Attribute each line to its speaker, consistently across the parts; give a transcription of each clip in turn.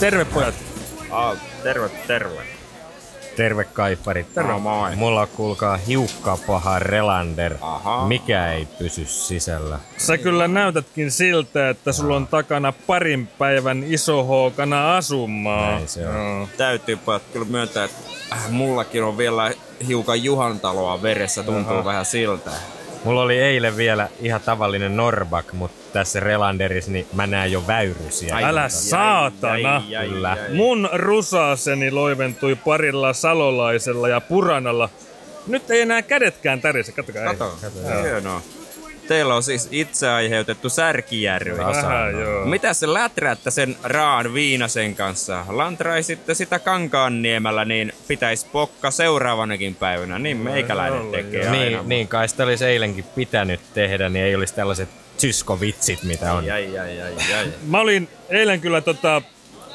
Speaker 1: Terve pojat.
Speaker 2: Aa, terve, terve.
Speaker 3: Terve kaipparit.
Speaker 2: Terve. No moi.
Speaker 3: Mulla on, kuulkaa hiukka paha relander.
Speaker 2: Aha.
Speaker 3: Mikä ei pysy sisällä.
Speaker 1: Sä kyllä näytätkin siltä, että sulla on takana parin päivän isohookana asumaa.
Speaker 2: No.
Speaker 3: Näin se on.
Speaker 1: Joo.
Speaker 2: Täytyy pojat kyllä myöntää, että äh, mullakin on vielä hiukan juhantaloa veressä, tuntuu Aha. vähän siltä.
Speaker 3: Mulla oli eilen vielä ihan tavallinen Norbak, mutta tässä Relanderissa niin mä näen jo väyrysiä.
Speaker 1: Älä
Speaker 2: jäi,
Speaker 1: saatana.
Speaker 2: jäi, jäi,
Speaker 3: Kyllä.
Speaker 2: jäi.
Speaker 1: Mun rusaaseni loiventui parilla salolaisella ja puranalla. Nyt ei enää kädetkään tärise, kattokaa. ei.
Speaker 2: Kato, hienoa. Teillä on siis itse aiheutettu särkijärvi.
Speaker 1: Vähän joo.
Speaker 2: Mitä se läträätte sen raan viinasen kanssa? Lantraisitte sitä Kankaanniemellä, niin pitäis pokka seuraavanakin päivänä. Niin meikäläinen
Speaker 1: olla,
Speaker 2: tekee
Speaker 1: joo.
Speaker 2: aina.
Speaker 3: Niin, niin kai sitä olisi eilenkin pitänyt tehdä, niin ei olisi tällaiset syskovitsit, mitä on.
Speaker 2: Jäi, jäi, jäi, jäi.
Speaker 1: Mä olin eilen kyllä tota,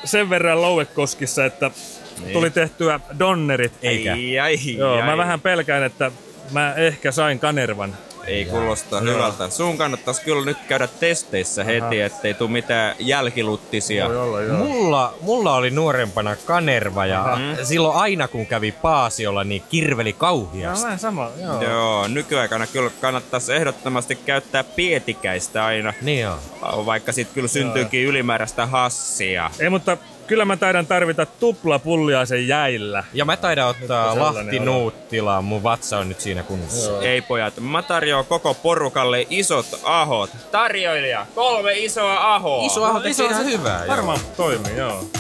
Speaker 1: sen verran Louekoskissa, että niin. tuli tehtyä donnerit.
Speaker 3: Eikä.
Speaker 2: Ai, ai,
Speaker 1: Joo,
Speaker 2: ai.
Speaker 1: mä vähän pelkään, että mä ehkä sain kanervan.
Speaker 2: Ei kuulosta hyvältä. Sun kannattaisi kyllä nyt käydä testeissä heti, ettei tuu mitään jälkiluttisia.
Speaker 3: Mulla, mulla oli nuorempana kanerva ja silloin aina kun kävi Paasiolla, niin kirveli kauhiasti.
Speaker 1: vähän sama, joo.
Speaker 2: Joo, nykyaikana kyllä kannattaisi ehdottomasti käyttää pietikäistä aina,
Speaker 3: Niin on.
Speaker 2: vaikka sit kyllä syntyykin ylimääräistä hassia.
Speaker 1: Ei, mutta kyllä mä taidan tarvita tupla pulliaisen jäillä.
Speaker 3: Ja mä taidan ottaa
Speaker 1: sellainen
Speaker 3: Lahti
Speaker 1: on.
Speaker 3: Nuuttilaa, mun vatsa on nyt siinä kunnossa.
Speaker 2: Ei pojat, mä tarjoan koko porukalle isot ahot. Tarjoilija, kolme isoa ahoa.
Speaker 3: Iso aho tekee ihan hyvää. joo.
Speaker 1: Varmaan toimii, joo.